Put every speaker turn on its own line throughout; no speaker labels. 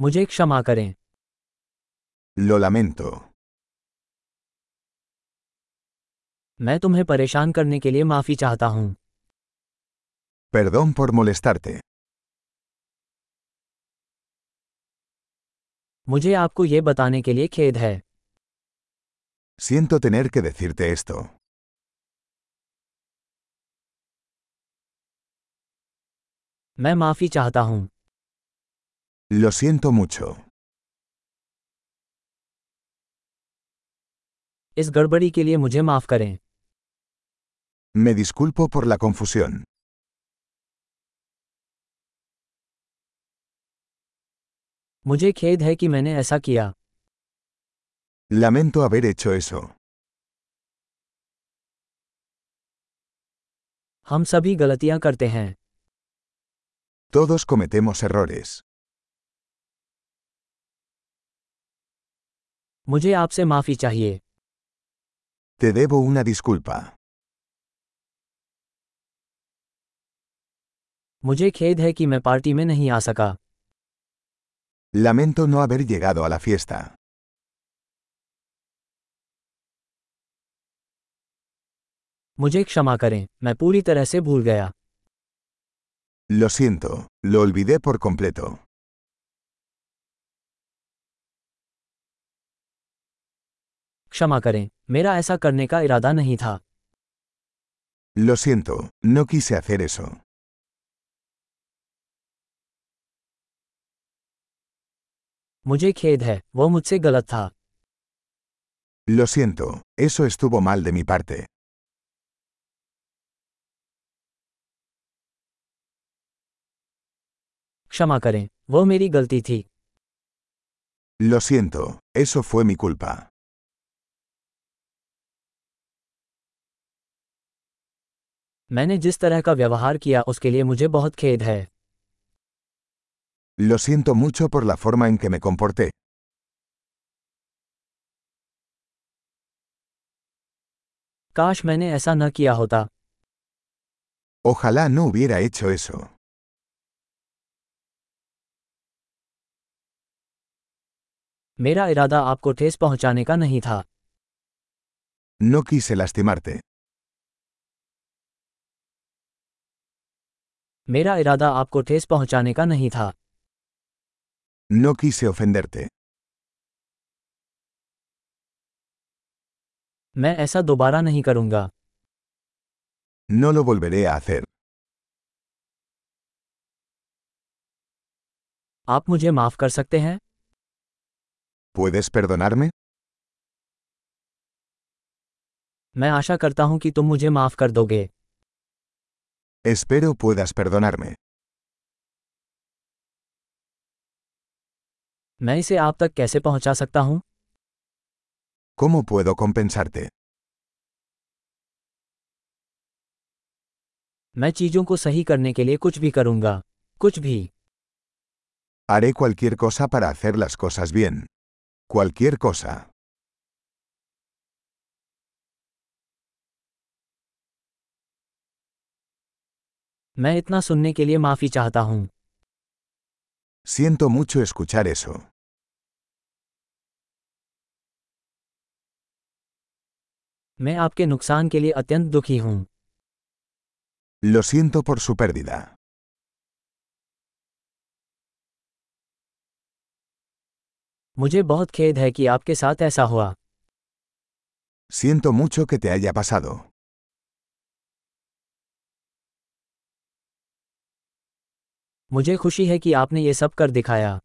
मुझे क्षमा करें
Lo lamento.
मैं तुम्हें परेशान करने के लिए माफी चाहता हूँ
Perdón por molestarte.
मुझे आपको ये बताने के लिए खेद है
Siento tener que decirte esto.
मैं माफी चाहता हूँ
Lo siento mucho.
इस गड़बड़ी के लिए मुझे माफ करें
Me disculpo por la confusión.
मुझे खेद है कि मैंने ऐसा किया
Lamento haber hecho eso.
हम सभी गलतियाँ करते हैं
Todos cometemos errores.
मुझे आपसे माफी चाहिए
Te debo una disculpa.
मुझे खेद है कि मैं पार्टी में नहीं आ सका
Lamento no haber llegado a la fiesta.
मुझे क्षमा करें मैं पूरी तरह से भूल गया
Lo siento, lo olvidé por completo.
क्षमा करें मेरा ऐसा करने का इरादा नहीं था
Lo siento, no quise hacer eso.
मुझे खेद है वह मुझसे गलत था
Lo siento, eso estuvo mal de mi parte.
क्षमा करें वह मेरी गलती थी
Lo siento, eso fue mi culpa.
मैंने जिस तरह का व्यवहार किया उसके लिए मुझे बहुत खेद है
Lo siento mucho por la forma en que me comporté.
काश मैंने ऐसा न किया होता
Ojalá no hubiera hecho eso.
मेरा इरादा आपको ठेस पहुंचाने का नहीं था
No quise lastimarte.
मेरा इरादा आपको ठेस पहुंचाने का नहीं था
No quise ofenderte.
मैं ऐसा दोबारा नहीं करूंगा
No lo volveré a hacer.
आप मुझे माफ कर सकते हैं
¿Puedes perdonarme?
मैं आशा करता हूं कि तुम मुझे माफ कर दोगे
Espero puedas perdonarme.
मैं इसे आप तक कैसे पहुंचा सकता हूं
¿Cómo puedo compensarte?
मैं चीजों को सही करने के लिए कुछ भी करूंगा कुछ भी
Haré cualquier cosa para hacer las cosas bien. Cualquier cosa.
मैं इतना सुनने के लिए माफी चाहता हूं
Siento mucho escuchar eso.
मैं आपके नुकसान के लिए अत्यंत दुखी हूं
Lo siento por su pérdida.
मुझे बहुत खेद है कि आपके साथ ऐसा हुआ
Siento mucho que te haya pasado.
मुझे खुशी है कि आपने ये सब कर दिखाया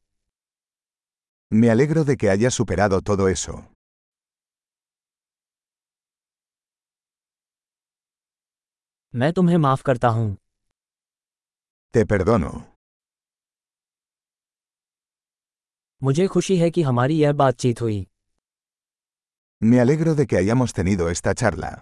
Me alegro de que hayas superado todo eso.
मैं तुम्हें माफ करता हूँ
Te perdono.
मुझे खुशी है कि हमारी यह बातचीत हुई
Me alegro de que hayamos tenido esta charla.